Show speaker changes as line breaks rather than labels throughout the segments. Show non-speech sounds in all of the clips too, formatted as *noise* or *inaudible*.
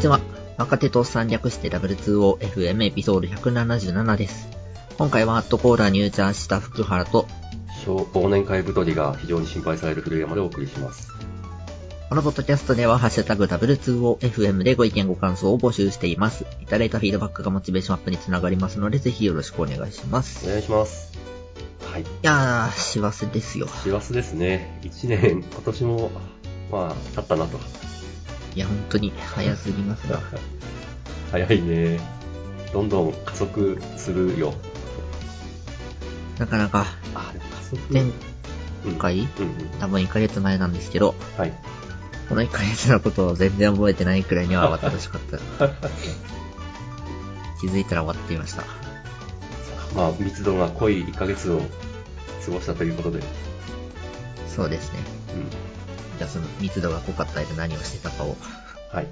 ちは。若手とさん略して W2OFM エピソード177です。今回はハットコーラ入社した福原と、
小忘年会太りが非常に心配される古山でお送りします。
このポッドキャストでは、ハッシュタグ W2OFM でご意見ご感想を募集しています。いただいたフィードバックがモチベーションアップにつながりますので、ぜひよろしくお願いします。
お
い
願いします。はい。
やー、幸せですよ。
師走ですね。1年、今年も、まあ、経ったなと。 *laughs*
いや、本当に早すぎますが。
早いね。どんどん加速するよ。
なかなか、
あ、でも加速。
前
うん
回、
うんうん。
多分1ヶ月前なんですけど、
はい。
この1ヶ月のことを全然覚えてないくらいには慌ただしかった。気づいたら終わっていました。
まあ、密度が濃い1ヶ月を過ごしたということで。
そうですね。
うん。
じゃあその密度が濃かった間何をしてたかを
はい。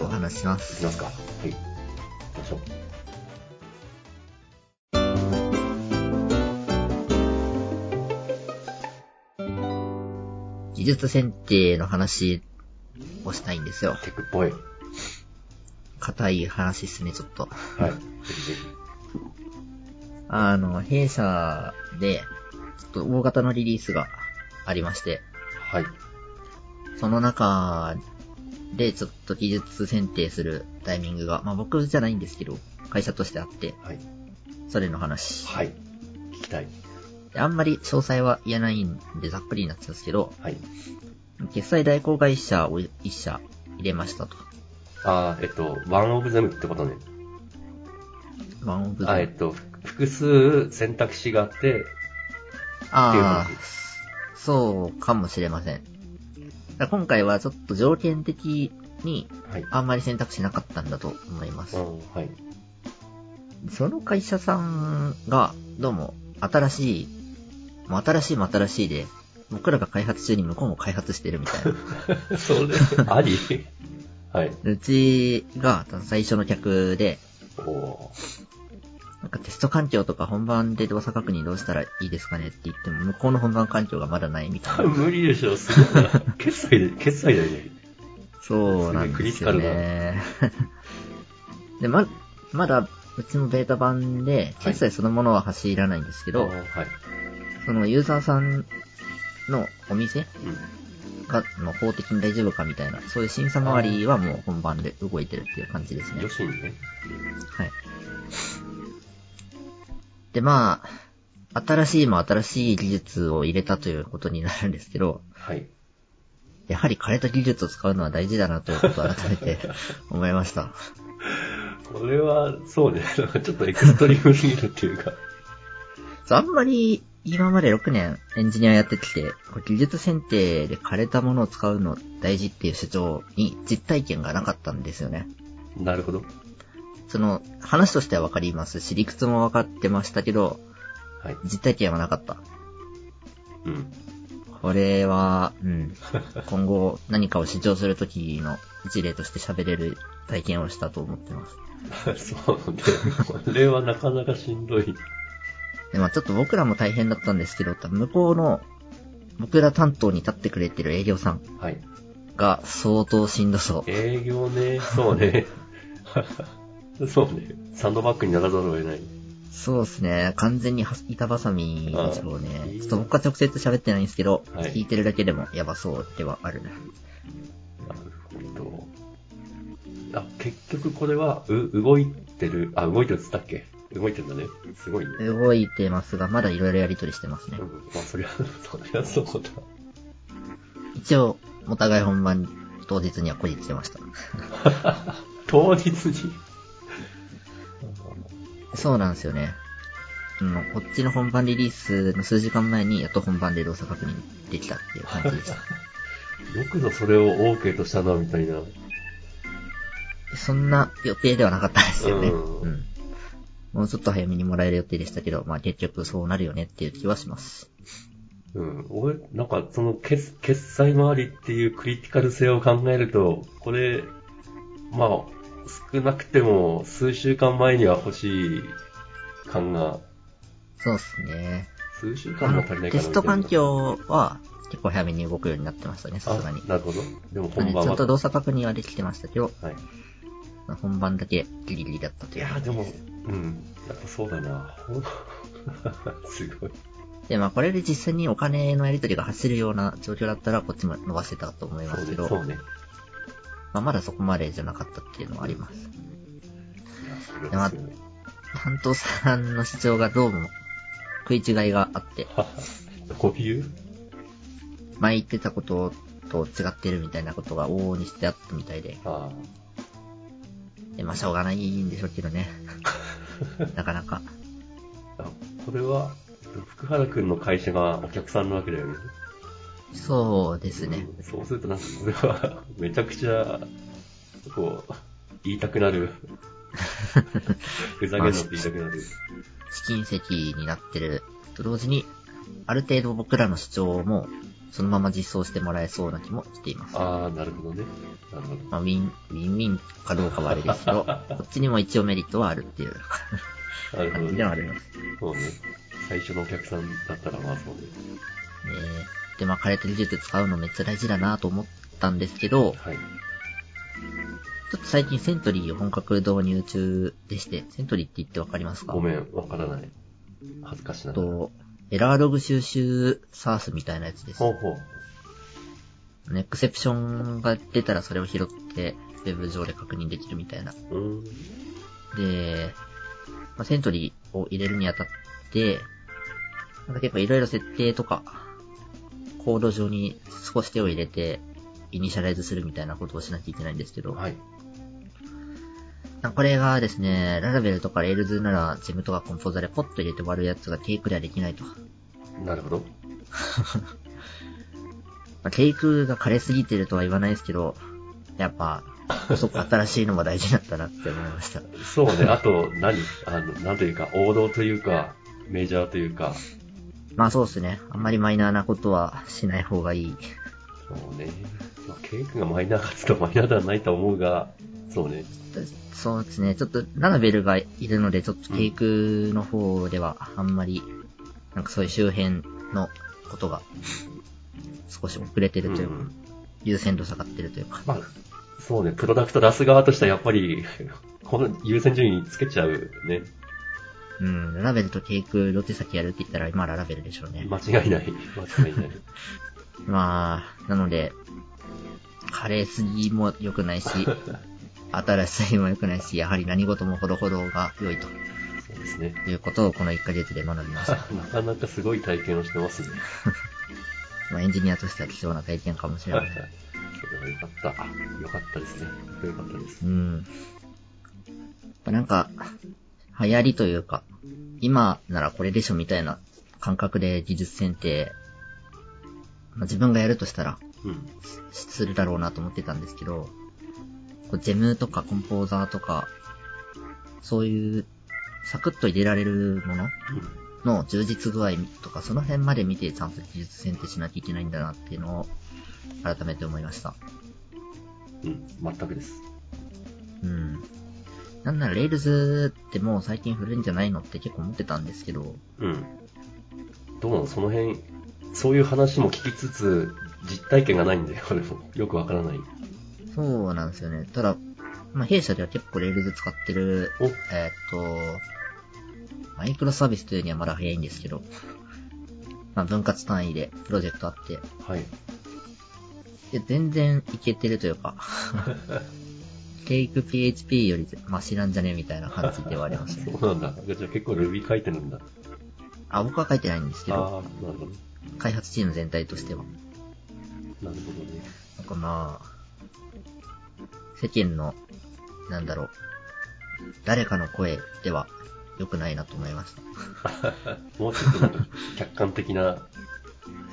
お話しします。
いきますか。はい。行きましょう。
技術選定の話をしたいんですよ。
テクっぽい。は
硬い話っすね、ちょっと。
い。ぜひぜひ。
あの、弊社で、ちょっと大型のリリースがありまして、
はい。
その中でちょっと技術選定するタイミングが、まあ僕じゃないんですけど、会社としてあって、
はい。
それの話。
はい。聞きたい。
であんまり詳細は言えないんでざっくりになっちゃうんですけど、
はい。
決済代行会社を1社入れましたと。
あーえっと、ワンオブゼムってことね。
ワンオブザ
あ、えっと、ふ複数選択肢があって、っていう
ああ
話、
そうかもしれません。だから今回はちょっと条件的に
はい。
あんまり選択肢なかったんだと思いま
う
す。
ん、はい。
その会社さんがどうも新しい、もう新しいも新しいで、僕らが開発中に向こうも開発してるみたい *laughs* な。
*laughs* それ、 *laughs* ありはい。
うちが最初の客で、
おおー
なんかテスト環境とか本番で動作確認どうしたらいいですかねって言っても、向こうの本番環境がまだないみたいな。
無理でしょ、すごいな。 *laughs* 決済で、決済だよね。
そうなんですよね。 *laughs* で、ま、まだ、うちのベータ版で、決済そのものは走らないんですけど、
あーはい。
そのユーザーさんのお店
うん。
が、の法的に大丈夫かみたいな、そういう審査周りはもう本番で動いてるっていう感じですね
よ。しにね。
はい。で、まあ、新しいも新しい技術を入れたということになるんですけど、
はい。
やはり枯れた技術を使うのは大事だなということを改めて思いました。
これは、そうね。 *laughs* なんかちょっとエクストリームすぎるっていうか。
そうあんまり今まで6年エンジニアやってきて、こう技術選定で枯れたものを使うの大事っていう主張に実体験がなかったんですよね。
なるほど。
その話としてはわかりますし、理屈もわかってましたけど、
はい。
実体験はなかった。
うん。
これは、うん。今後何かを主張するときの一例として喋れる体験をしたと思ってます。
*laughs* そうね。これはなかなかしんどい。
で、まあちょっと僕らも大変だったんですけど、多分向こうの僕ら担当に立ってくれてる営業さん
はい。
が相当しんどそう。
営業ね、そうね。 *laughs* そうね。サンドバッグにならざるを得ない。
そうですね。完全には板挟みでしょう
ああい
ね。
い
ちょっと僕は直接喋ってないんですけど、
はい
聞いてるだけでもやばそうではあるね。
なるほど。あ、結局これは、う、動いてる、あ、動いてるっつったっけ動いてるんだね。すごいね。
動いてますが、まだいろいろやりとりしてますね
うん。。まあ、そりゃ、 *laughs* そりゃそうだ。
一応、お互い本番当日にはこじつけました。
当日に。
そうなんですよね。うん、こっちの本番リリースの数時間前にやっと本番で動作確認できたっていう感じ
*laughs*
でした。
*laughs* よくぞそれを OK としたな、みたいな。
そんな予定ではなかったんですよね。
うん
うん。もうちょっと早めにもらえる予定でしたけど、まあ結局そうなるよねっていう気はします。
うん。俺、なんか、その、決、決済周りっていうクリティカル性を考えると、これ、まあ、少なくても数週間前には欲しい感が、
そうですね。
数週間も足りないかなみたいな。
テスト環境は、結構早めに動くようになってましたね、さすがに
あ、。なるほど。でも
まあ
本
ねち
番
ゃん
は。
と動作確認はできてましたけど、
はい。
まあ本番だけギリギリだったと
い
いう
や
感じ
ーで
です。
も、うん。やっぱそうだな。 *laughs* ほんすごい。
で、まあこれで実際にお金のやり取りが走るような状況だったら、こっちも伸ばせたと思いま
そう
すけ
ね。
ど、
そうね。
まあまだそこまでじゃなかったっていうのはあります。
いやすごい
でまあ
*laughs* すごい
担当さんの主張がどうも食い違いがあって、
どこビュー
前言ってたことと違ってるみたいなことが往々にしてあったみたいで、
ああ。
でまあしょうがないんでしょうけど
*laughs*
ね。なかなか。
あこれは、福原くんの会社がお客さんなわけだよね。
そうですね。
そうするとなんかこれはめちゃくちゃ、こう、言いたくなる。ふざけんなって言いたくなる。
試金石になってると同時に、ある程度僕らの主張もそのまま実装してもらえそうな気もしています。
ああ、なるほどね。なるほど。
まあ、ウィン、ウィンウィンかどうかはあれですけ
*laughs*
ど、こっちにも一応メリットはあるっていう
なるほ
感
ど
じではあります。
そうね。最初のお客さんだったらまあそうね。
ねえで、まあ、カレーと技術使うのめっちゃ大事だなと思ったんですけど、
はい。
ちょっと最近セントリーを本格導入中でして、セントリーって言ってわかりますか
ごめん、わからない。恥ずかしながら。
と、エラーログ収集サースみたいなやつです
ほ。うほう。
エクセプションが出たらそれを拾って、ウェブ上で確認できるみたいな。
うーん。
で、まあ、セントリーを入れるにあたって、なんか結構いろいろ設定とか、コード上に少し手を入れて、イニシャライズするみたいなことをしなきゃいけないんですけど、
はい。
これがですね、ララベルとかレールズなら、ジムとかコンポーザでポッと入れて割るやつがケイクではできないと。ま
なるほど。
あ、ケイクが枯れすぎてるとは言わないですけど、やっぱ、こそ新しいのも大事だったなって思いました。
そうね。あと何、あの、なんというか、王道というか、メジャーというか、
まあそうですね。あんまりマイナーなことはしない方がいい。
そうね。まあ、ケイ君がマイナーかつとマイナーではないと思うが、そうね。
そうですね。ちょっと、ララベルがいるので、ちょっとケイクの方では、あんまり、なんかそういう周辺のことが、少し遅れてるというか、
うん
優先度下がってるというか。
まあ、そうね。プロダクト出す側としてはやっぱり、この優先順位つけちゃうね。
うん、ララベルとケイク、どっち先やるって言ったら、今ララベルでしょうね。
間違いない。間違いない。
まあ、なので、カレーすぎも良くないし、新しすぎも良くないし、やはり何事もほどほどが良いと
そうですね。
いうことをこの1ヶ月で学びました。
なかなかすごい体験をしてますね。
まあ、エンジニアとしては貴重な体験かもし
そ
れ
*laughs*
ま
れは
せん。
よかった。よかったですね。よかったです
う。ん。なんか、流行りというか、今ならこれでしょみたいな感覚で技術選定、まあ、自分がやるとしたら、
うん。
するだろうなと思ってたんですけど、こうジェムとかコンポーザーとか、そういうサクッと入れられるものの充実具合とか、その辺まで見てちゃんと技術選定しなきゃいけないんだなっていうのを改めて思いました。
うん。うん。全くです。
うん。なんなら Rails ってもう最近古いんじゃないのって結構思ってたんですけど、
うん。どうなのその辺、そういう話も聞きつつ、実体験がないんで、俺も。よくわからない。
そうなんですよね。ただ、まあ、弊社では結構 Rails 使ってる
お、
えーっと、マイクロサービスというにはまだ早いんですけど、 *laughs* まあ、分割単位でプロジェクトあって、
はい。
で、全然いけてるというか、 *laughs* テイク PHP よりマシなんじゃねみたいな感じではあります
*laughs*
ね。
そうなんだ。じゃあ結構 Ruby 書いてるんだ。
あ、僕は書いてないんです
ああ
けど、、
なるほど。
開発チーム全体としては。
なるほどね。
なんかまあ、世間の、なんだろう、誰かの声では良くないなと思いました。
もうちょっとなんか客観的な、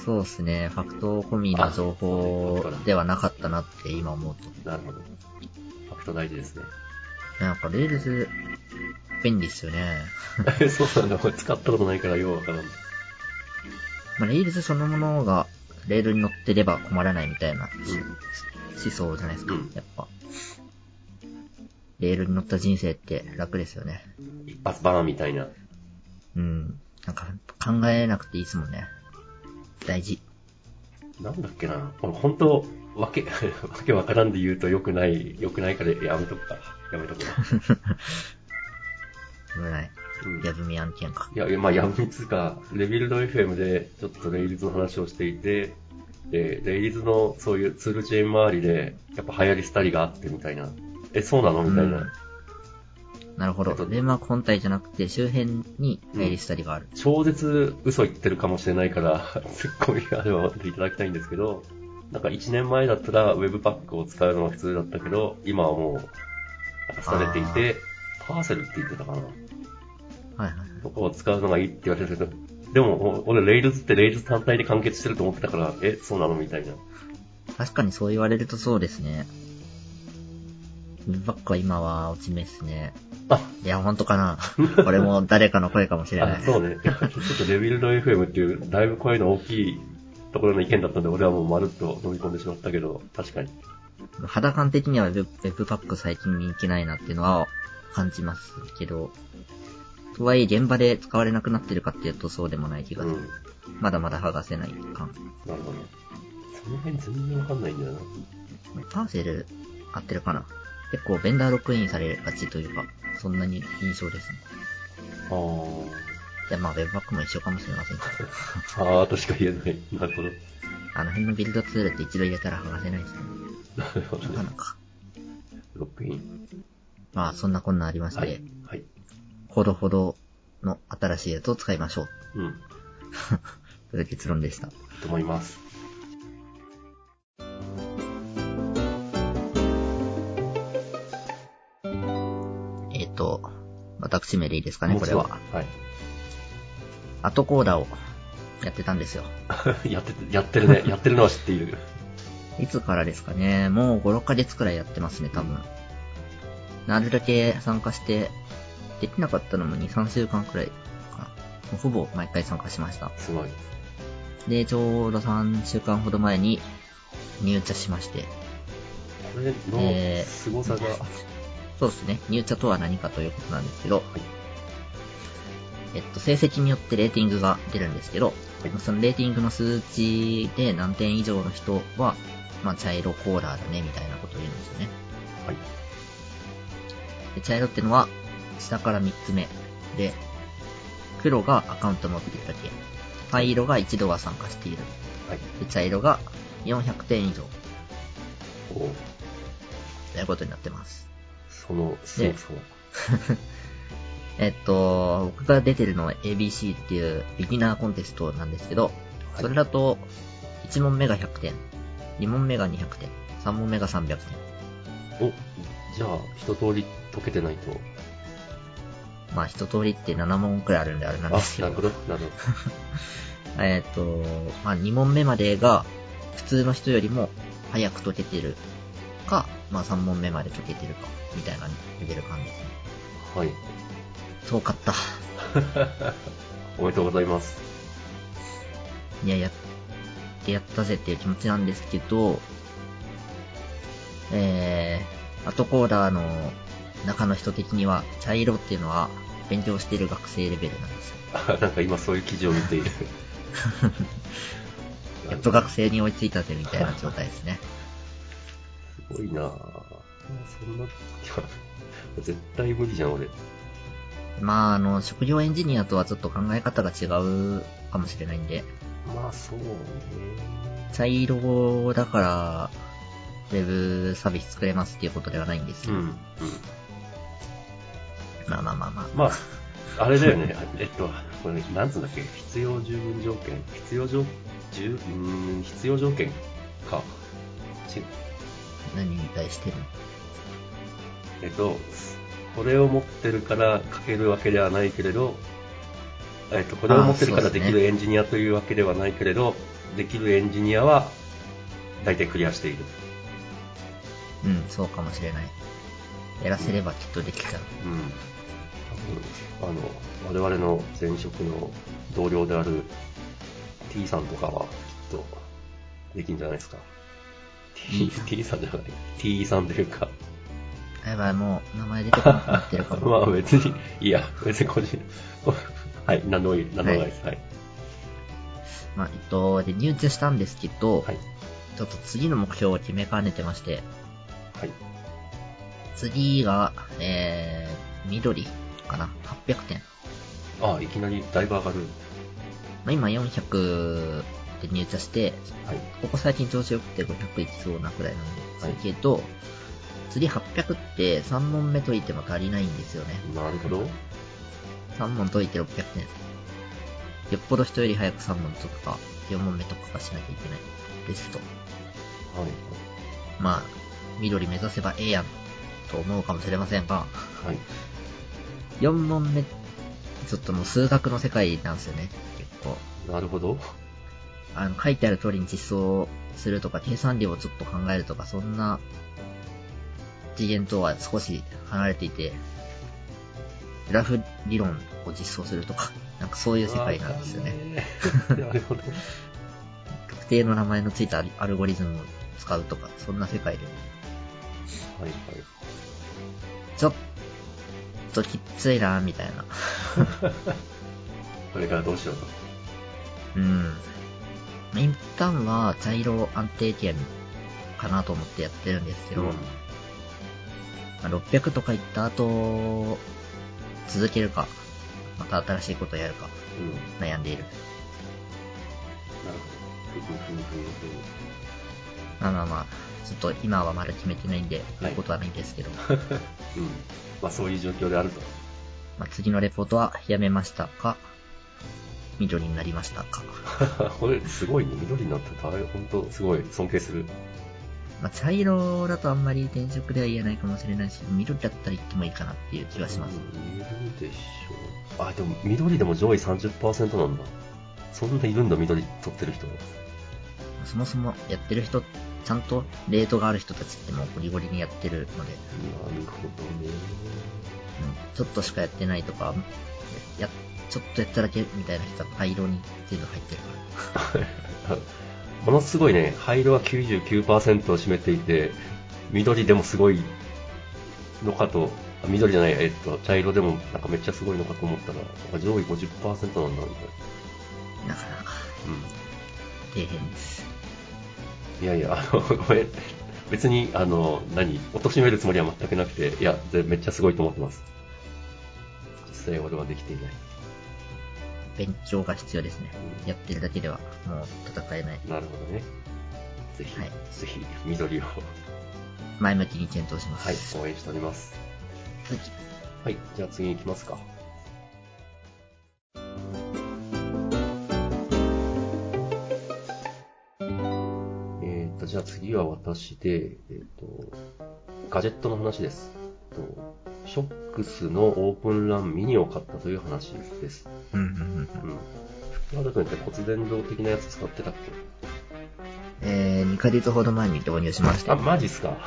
そうですね、ファクト込みの情報ではなかったなって今思うと。
なるほど。ファクト大事ですね。
なんか、レールズ、便利っすよね。
そうなんだ。これ使ったことないからようわからん。
まあ、レールズそのものが、レールに乗ってれば困らないみたいな
う
思想じゃないですか
うん、
やっぱ。レールに乗った人生って楽ですよね。
ん。一発バーンみたいな。
うん。なんか、考えなくていいっすもんね。大事。
なんだっけな、これ本当、わけ、 *laughs* わけわからんで言うと良くない、良くないからやめとくか。やめとくか。
危ない。
うん
やぶみ案件か。
いや、いやまあ、やむつか、レビルド FM でちょっとレイリズの話をしていて、で、レイリズのそういうツールチェーン周りで、やっぱ流行り廃りがあってみたいな、え、そうなのみたいな、
うんなるほど。デンマーク本体じゃなくて、周辺に入りしたりがある。
超絶嘘言ってるかもしれないから、 *laughs* ツッコミがあれば待っていただきたいんですけど、なんか1年前だったら Webpack を使うのが普通だったけど、今はもう、なんか廃れていて、パーセルって言ってたかな。
はいはいはい。
とかを使うのがいいって言われるけど、でも、お俺、レイルズってレイルズ単体で完結してると思ってたから、え、そうなのみたいな。
確かにそう言われるとそうですね。バックは今は落ち目ですね。
あ、
いや、ほんとかな。これも誰かの声かもしれな
あ
い。
そうね。
*laughs*
ちょっとレビルド FM っていう、だいぶ声の大きいところの意見だったんで、俺はもうまるっと飲み込んでしまったけど、確かに。
肌感的にはウェブウェブパック最近見けないなっていうのは感じますけど、とはいえ現場で使われなくなってるかっていうとそうでもない気
う
が
ん。
す
な
る。
る
まだまだ剥がせない感。
ほどね。その辺全然わかんないんだよな。
パーセル合ってるかな結構ベンダーロックインされがちというか、そんなに印象ですね。
あ
いや、まあウェブパックも一緒かもしれませんけど、
ーあー、としか言えない。なるほど。
あの辺のビルドツールって一度入れたら剥がせないですね。
なるほど
なか
ね。
なか。
ロックイン。
まあ、そんなこんなありまして、
はい。はい。
ほどほどの新しいやつを使いましょう。
うん。
という結論でした。
と思います。
えっ、と、私めでいいですかね、これは。
はい。 *laughs*
後コーダをやってたんですよ。
やって、やって
*laughs*
るね。やってるのは知っている。
いつからですかね、もう5、6ヶ月くらいやってますね、多分。なるだけ参加して、できなかったのも2、3週間くらいかな。もうほぼ毎回参加しました。
すごい。
で、ちょうど3週間ほど前に入茶しまして、
これの凄さが、
そうですね。入茶とは何かということなんですけど、えっと、成績によってレーティングが出るんですけど、
はい
そのレーティングの数値で何点以上の人は、まあ、茶色コーラーだね、みたいなことを言うんですよね。
はい。
で茶色ってのは、下から3つ目で、黒がアカウント持ってるだけ。灰色が一度は参加している。
はい。
で茶色が400点以上
おう
ということになってます。
その凄さが。
*laughs* えっと、僕が出てるのは ABC っていうビギナーコンテストなんですけど、それだと、1問目が100点、2問目が200点、3問目が300点。
お、じゃあ、一通り解けてないと。
まあ一通りって7問くらいあるんであれなん
あ、
ですけ
な
ど
る、ほど、なる
えっと、まあ2問目までが普通の人よりも早く解けてるか、まあ3問目まで解けてるか、みたいなレベル感ですね。
ほ *laughs* ど。はい。
遠かった。
おめでとうございます。 *laughs*
いや、やってやったぜっていう気持ちなんですけど、えー、後コーダーの中の人的には、茶色っていうのは勉強してる学生レベルなんですよ。
あなんか今そういう記事を見ている。
やっと学生に追いついたぜみたいな状態です
*laughs*
ね。
すごいなぁ。そんな、いや絶対無理じゃん、俺。
まあ、あの、職業エンジニアとはちょっと考え方が違うかもしれないんで、
まあ、そうね。
茶色だから、ウェブサービス作れますっていうことではないんです
う
よ。
ん、うん。
まあまあまあまあ。
まあ、あれだよね。 *laughs* えっと、これ、なんつうんだっけ必要十分条件必要条、十、うーん、必要条件か。ち
何に対してる
えっと、これを持ってるから書けるわけではないけれど、えっと、これを持ってるか
あーそ
ら
う
で
です
き
ね
るエンジニアというわけではないけれど、できるエンジニアは大体クリアしている。
うん、そうかもしれない。やらせればきっとできちゃう。
うん。多分、あの、我々の前職の同僚である T さんとかは、きっと、できんじゃないですか。T, *laughs* T さんじゃない。T さんというか。
やばい、もう名前出てこなくなってるかも。
*laughs* まあ *laughs* 別に、いや、別に個人、はい、何でもいい、何でもないです。はい。
まあ、えっと、で、入手したんですけど、
はい
ちょっと次の目標を決めかねてまして、
はい。
次が、えー、緑かな ?800 点。
ああ、いきなりだいぶ上がる。
まあ、今400で入社して、
はい。
ここ最近調子良くて500いきそうなくらいなんです
はい
けど、次800って3問目解いても足りないんですよね。
なるほど。
3問解いて600点。よっぽど人より早く3問解くか、4問目解くかしなきゃいけない。ですと。
はい。
まあ、緑目指せばええやん、と思うかもしれませんが、
はい。
4問目、ちょっともう数学の世界なんですよね、結構。
なるほど。
あの、書いてある通りに実装するとか、計算量をちょっと考えるとか、そんな次元とは少し離れていて、グラフ理論を実装するとか、なんかそういう世界なんですよね。
あー。 *laughs* なるほど。
特定の名前のついたアルゴリズムを使うとか、そんな世界で。
はい
ちょっときっついな、みたいな。
はい。これからどうしようか。
うん。一旦は、茶色安定圏かなと思ってやってるんですけど、
うん
まあ600とか行った後、続けるか、また新しいことをやるか、
うん。
悩んでいる。
なるほど。ふむふむふむふむ。
まあまあまあ、ちょっと今はまだ決めてないんで、
い
言うことはないんですけど、
うん。まあそういう状況であると。 *laughs*
まあ次のレポートはやめましたか、緑になりましたか。
これすごいね。緑になってた。あれ本当すごい。尊敬する。
まあ茶色だとあんまり転職では言えないかもしれないし、緑だったら行ってもいいかなっていう気はします。
うん緑でしょ。あ、でも緑でも上位30%なんだ。そんないるんだ、緑取ってる人。
そもそもやってる人、ちゃんとレートがある人たちってもうゴリゴリにやってるので、
なるほど
う
ね。
んちょっとしかやってないとか、や、やちょっとやっただけみたいな人は灰色に全部入ってるから。
ものすごいね、灰色は99%を占めていて、緑でもすごいのかと、あ緑じゃない、えっと、茶色でもなんかめっちゃすごいのかと思ったら、なんか上位50%なんだみたい
な
な。
かなか、
う
底辺です。
ん。いやいや、あの、ごめん。別に、あの、何、貶めるつもりは全くなくて、いや、ぜめっちゃすごいと思ってます。実際俺はできていない。
勉強が必要ですね。やってるだけでは、もう戦えない。
なるほどね。ぜひ、
はい
ぜひ、緑を、は
前向きに検討します。
い、応援しております。
続き
はい、じゃあ次行きますか。えー、と、じゃあ次は私で、えー、と、ガジェットの話です。えーとショックスのオープンランミニを買ったという話です。
うんうんうん。
うん。福原君って骨伝導的なやつ使ってたっ
えー、2ヶ月ほど前に導入しまし
*laughs* けあ、
た。
マジっすか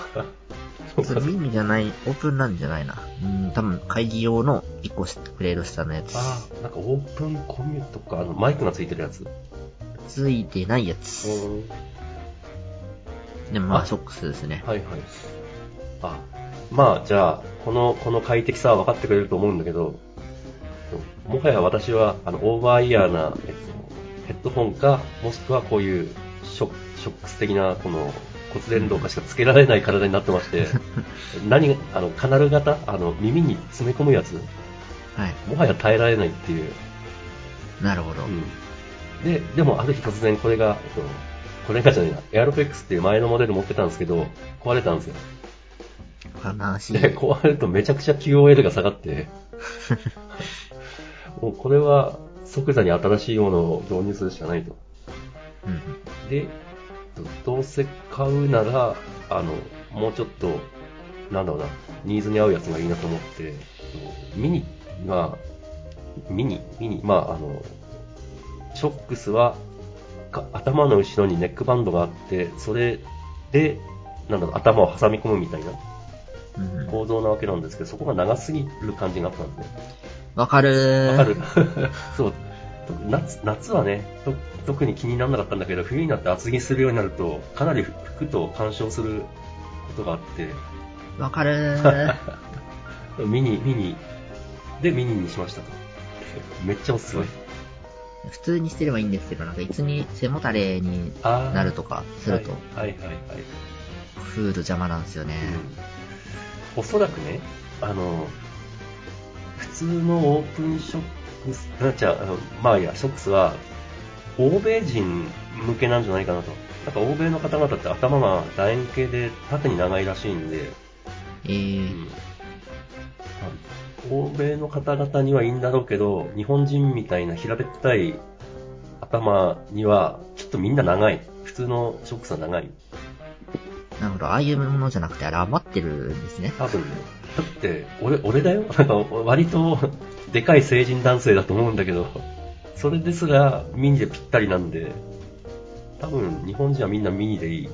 そう
そ
か
れミニじゃない、オープンランじゃないな。うん、多分会議用の1個グレード下のやつ。
あー、なんかオープンコミュとか、あの、マイクがついてるやつ。
ついてないやつ。でもま
あ
あ、ショックスですね。
はいはい。あ、まあじゃあ、この、この快適さは分かってくれると思うんだけど、もはや私は、あの、オーバーイヤーな、えっと、ヘッドホンか、もしくはこういうショショックス的な、この、骨伝導かしかつけられない体になってまして、何が、あの、カナル型、あの、耳に詰め込むやつ、
はい。
もはや耐えられないっていう。
なるほど。
うん、ででも、ある日突然これが、えっと、これがじゃないな、エアロフェックスっていう前のモデル持ってたんですけど、壊れたんですよ。
話。
で、壊れるとめちゃくちゃ QOL が下がって、もうこれは即座に新しいものを導入するしかないと。
うん。
で、どうせ買うなら、あの、もうちょっと、なんだろうな、ニーズに合うやつがいいなと思って、ミニが、ミニ、ミニ、まあ、あの、ショックスは、か頭の後ろにネックバンドがあって、それで、なんだろう、頭を挟み込むみたいな。
うんうん。
構造なわけなんですけど、そこが長すぎる感じがあったんですね。
わかる
わ
ー。
かる
*laughs*
そう。と夏夏はねと、特に気にならなかったんだけど、冬になって厚着するようになると、かなり服と干渉することがあっ
わかるー。
*laughs* て、ミニ、ミニ、でミニにしました。めっちゃおすすめ。
普通にしてればいいんですけど、なんかいつに背もたれに
あー
なるとかすると、
はいはいはいはい。
フード邪魔なんですよね。
うんおそらくね、あの、普通のオープンショックス、なんちゃ、あのまあいいや、ショックスは、欧米人向けなんじゃないかなと。なんか欧米の方々って頭が楕円形で縦に長いらしいんで、
え
う
ー、
ん欧米の方々にはいいんだろうけど、日本人みたいな平べったい頭には、ちょっとみんな長い。普通のショックスは長い。
なるほど、ああいうものじゃなくて、あれ余ってるんですね。
多分ね。だって、俺、俺だよ *laughs* なんか、割と、でかい成人男性だと思うんだけど、それですら、ミニでぴったりなんで、多分、日本人はみんなミニでいい。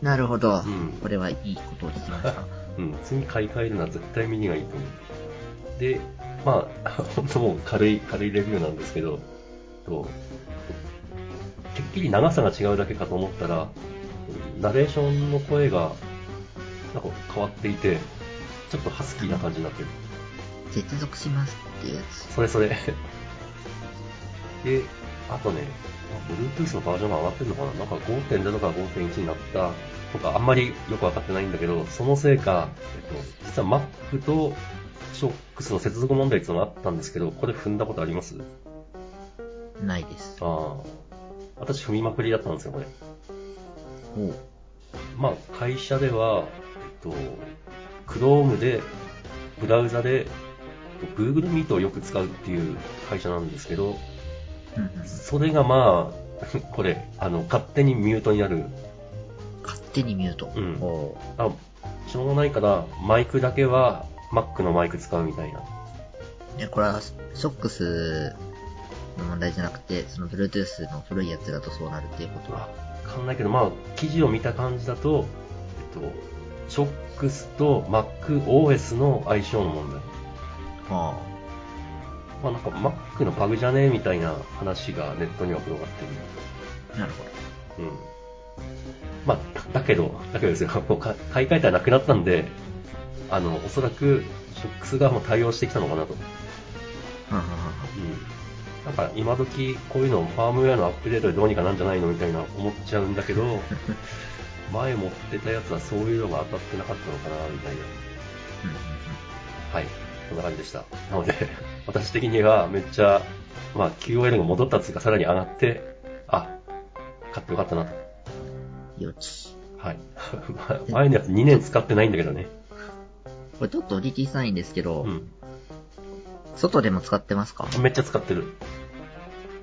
なるほど、
ん
これはいいことを聞きまし
*laughs*
た。
うん、次買い替えるのは絶対ミニがいいと思う。で、まあ、 *laughs* 本当もう軽い、軽いレビューなんですけど、とてっきり長さが違うだけかと思ったら、ナレーションの声が、なんか変わっていて、ちょっとハスキーな感じになってる。
接続しますっていうやつ。
それそれ。で、あとね、あ Bluetooth のバージョンが上がってるのかななんか5.0から5.1になったとか、あんまりよくわかってないんだけど、そのせいか、えっと、実は Mac と SHOX の接続問題っていうのがあったんですけど、これ踏んだことあります
ないです。
ああ。私踏みまくりだったんですよ、これ。
おう
まあ、会社では、えっと、Chrome で、ブラウザで、えっと Google Meet をよく使うっていう会社なんですけど、
うんうんうん
それがまあ、 *laughs* これ、あの、勝手にミュートになる。
勝手にミュート。
うん
おう
あ、しょうがないから、マイクだけは Mac のマイク使うみたいな。
え、これは、ショックスの問題じゃなくて、その Bluetooth の古いやつだとそうなるっていうこと
わ
は。
かんないけど、まあ、記事を見た感じだと、えっと、ショックスと MacOS の相性の問題。
は
まあなんか Mac のバグじゃねえみたいな話がネットには転がってる。
あ、なるほど。
うん。まあ、だだけど、だけどですよ、 *laughs* もうか買い替えたらなくなったんで、あの、おそらく、ショックスがもう対応してきたのかなと。
はんはんはんは
うん、なんか今時こういうのファームウェアのアップデートでどうにかなんじゃないのみたいな思っちゃうんだけど前持ってたやつはそういうのが当たってなかったのかなみたいな
うんうんうん
はいそんな感じでしたなので *laughs* 私的にはめっちゃ、まあ、QOL が戻ったつうかさらに上がってあ買ってよかったなと
よち。
はい *laughs* 前のやつ2年使ってないんだけどね
これちょっとお聞きしたいんですけど、
うん
外でも使ってますか
めっちゃ使ってる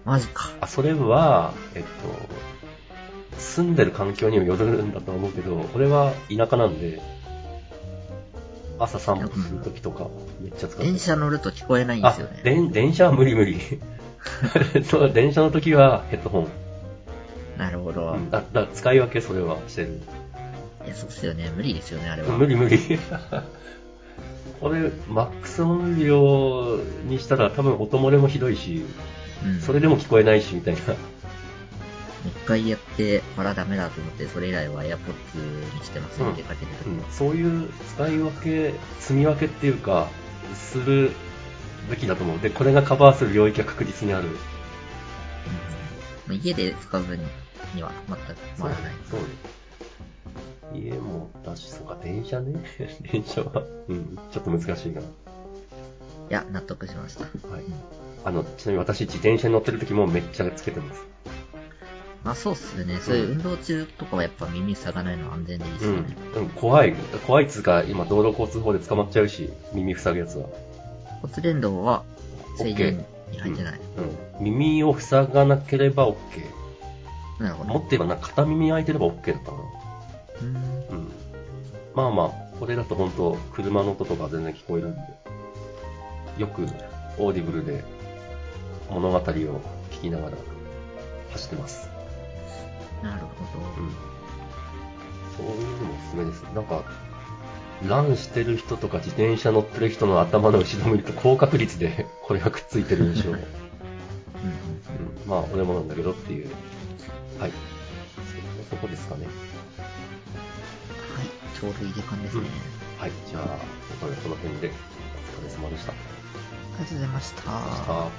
マジか。
あ、それは、えっと、住んでる環境にもよるんだと思うけど、俺は田舎なんで、朝散歩するときとか、めっちゃ使ってる
電車乗ると聞こえないんで
あ
すよね。
電、電車は無
*laughs*
理無理。そう電車の時はヘッドホン。
なるほど。
だだ使い分けそれはしてる。
いや、そうっすよね。無理ですよね、あれは。
無理無
*laughs*
理。これ、マックス音量にしたら多分音漏れもひどいし、
うん。
それでも聞こえないし、みたいな。
一回やって、これはダメだと思って、それ以来は AirPods にしてます
う
ね、
ん
出かけてると
う
き
んそういう使い分け、積み分けっていうか、するべきだと思う。で、これがカバーする領域は確実にある。
うん家で使う分には全く困らない。
そうそうね。家もだし、そうか、電車ね。 *laughs* 電車は、うん、ちょっと難しいな。
いや、納得しました。
はい。あの、ちなみに私、自転車に乗ってる時もめっちゃつけてます。
まあそうっすよね。そういう運動中とかはやっぱ耳塞がないのは安全でいいっす
う
よ
ん
ね。。
うん、怖い。怖いっつうか、今、道路交通法で捕まっちゃうし、耳塞ぐやつは。
骨伝導は制
OK
限に入ってない。
うん。耳を塞がなければ OK。
なるほ
持
ど。
って言えばな、片耳開いてれば OK だったかな。
うん
うん。まあまあ、これだと本当車の音とか全然聞こえるんで、よくオーディブルで物語を聞きながら走ってます。
なるほど。
うん。そういうのもおすすめです。なんか、ランしてる人とか自転車乗ってる人の頭の後ろ見ると高確率で *laughs* これがくっついてる印象。うん、
うんうん
まあ、俺もなんだけどっていう。はい。そんなとこですかね。
はい、ちょうどいい時間ですね。
はい。じゃあ、今回はこの辺でお疲れ様でした。
ありがとうございました。
あ